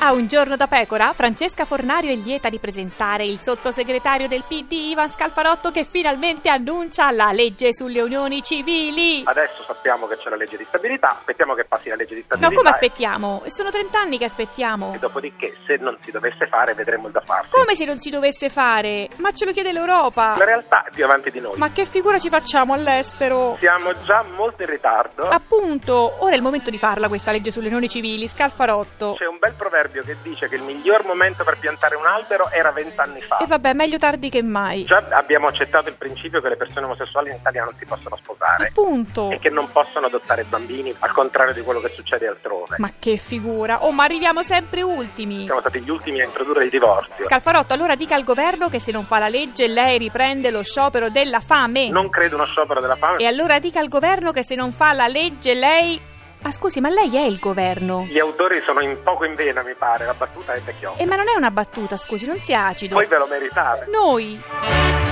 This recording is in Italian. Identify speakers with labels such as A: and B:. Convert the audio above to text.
A: A un giorno da pecora, Francesca Fornario è lieta di presentare il sottosegretario del PD Ivan Scalfarotto che finalmente annuncia la legge sulle unioni civili.
B: Adesso sappiamo che c'è la legge di stabilità, aspettiamo che passi la legge di stabilità.
A: No, come
B: e-
A: aspettiamo? Sono 30 anni che aspettiamo.
B: E dopodiché, se non si dovesse fare, vedremo il da farsi.
A: Come se non si dovesse fare? Ma ce lo chiede l'Europa.
B: La realtà è più avanti di noi.
A: Ma che figura ci facciamo all'estero?
B: Siamo già molto in ritardo.
A: Ah. Appunto, ora è il momento di farla questa legge sulle unioni civili, Scalfarotto.
B: C'è un bel proverbio che dice che il miglior momento per piantare un albero era vent'anni fa.
A: E vabbè, meglio tardi che mai.
B: Già abbiamo accettato il principio che le persone omosessuali in Italia non si possono sposare
A: Appunto.
B: e che non possono adottare bambini, al contrario di quello che succede altrove.
A: Ma che figura! Oh, ma arriviamo sempre ultimi!
B: Siamo stati gli ultimi a introdurre il divorzio.
A: Scalfarotto allora dica al governo che se non fa la legge lei riprende lo sciopero della fame.
B: Non credo uno sciopero della fame.
A: E allora dica al governo che se non fa la legge lei... Ma scusi, ma lei è il governo? Eh,
B: Gli autori sono in poco in vena, mi pare. La battuta è vecchiotta.
A: E ma non è una battuta, scusi, non sia acido.
B: Voi ve lo meritate.
A: Noi...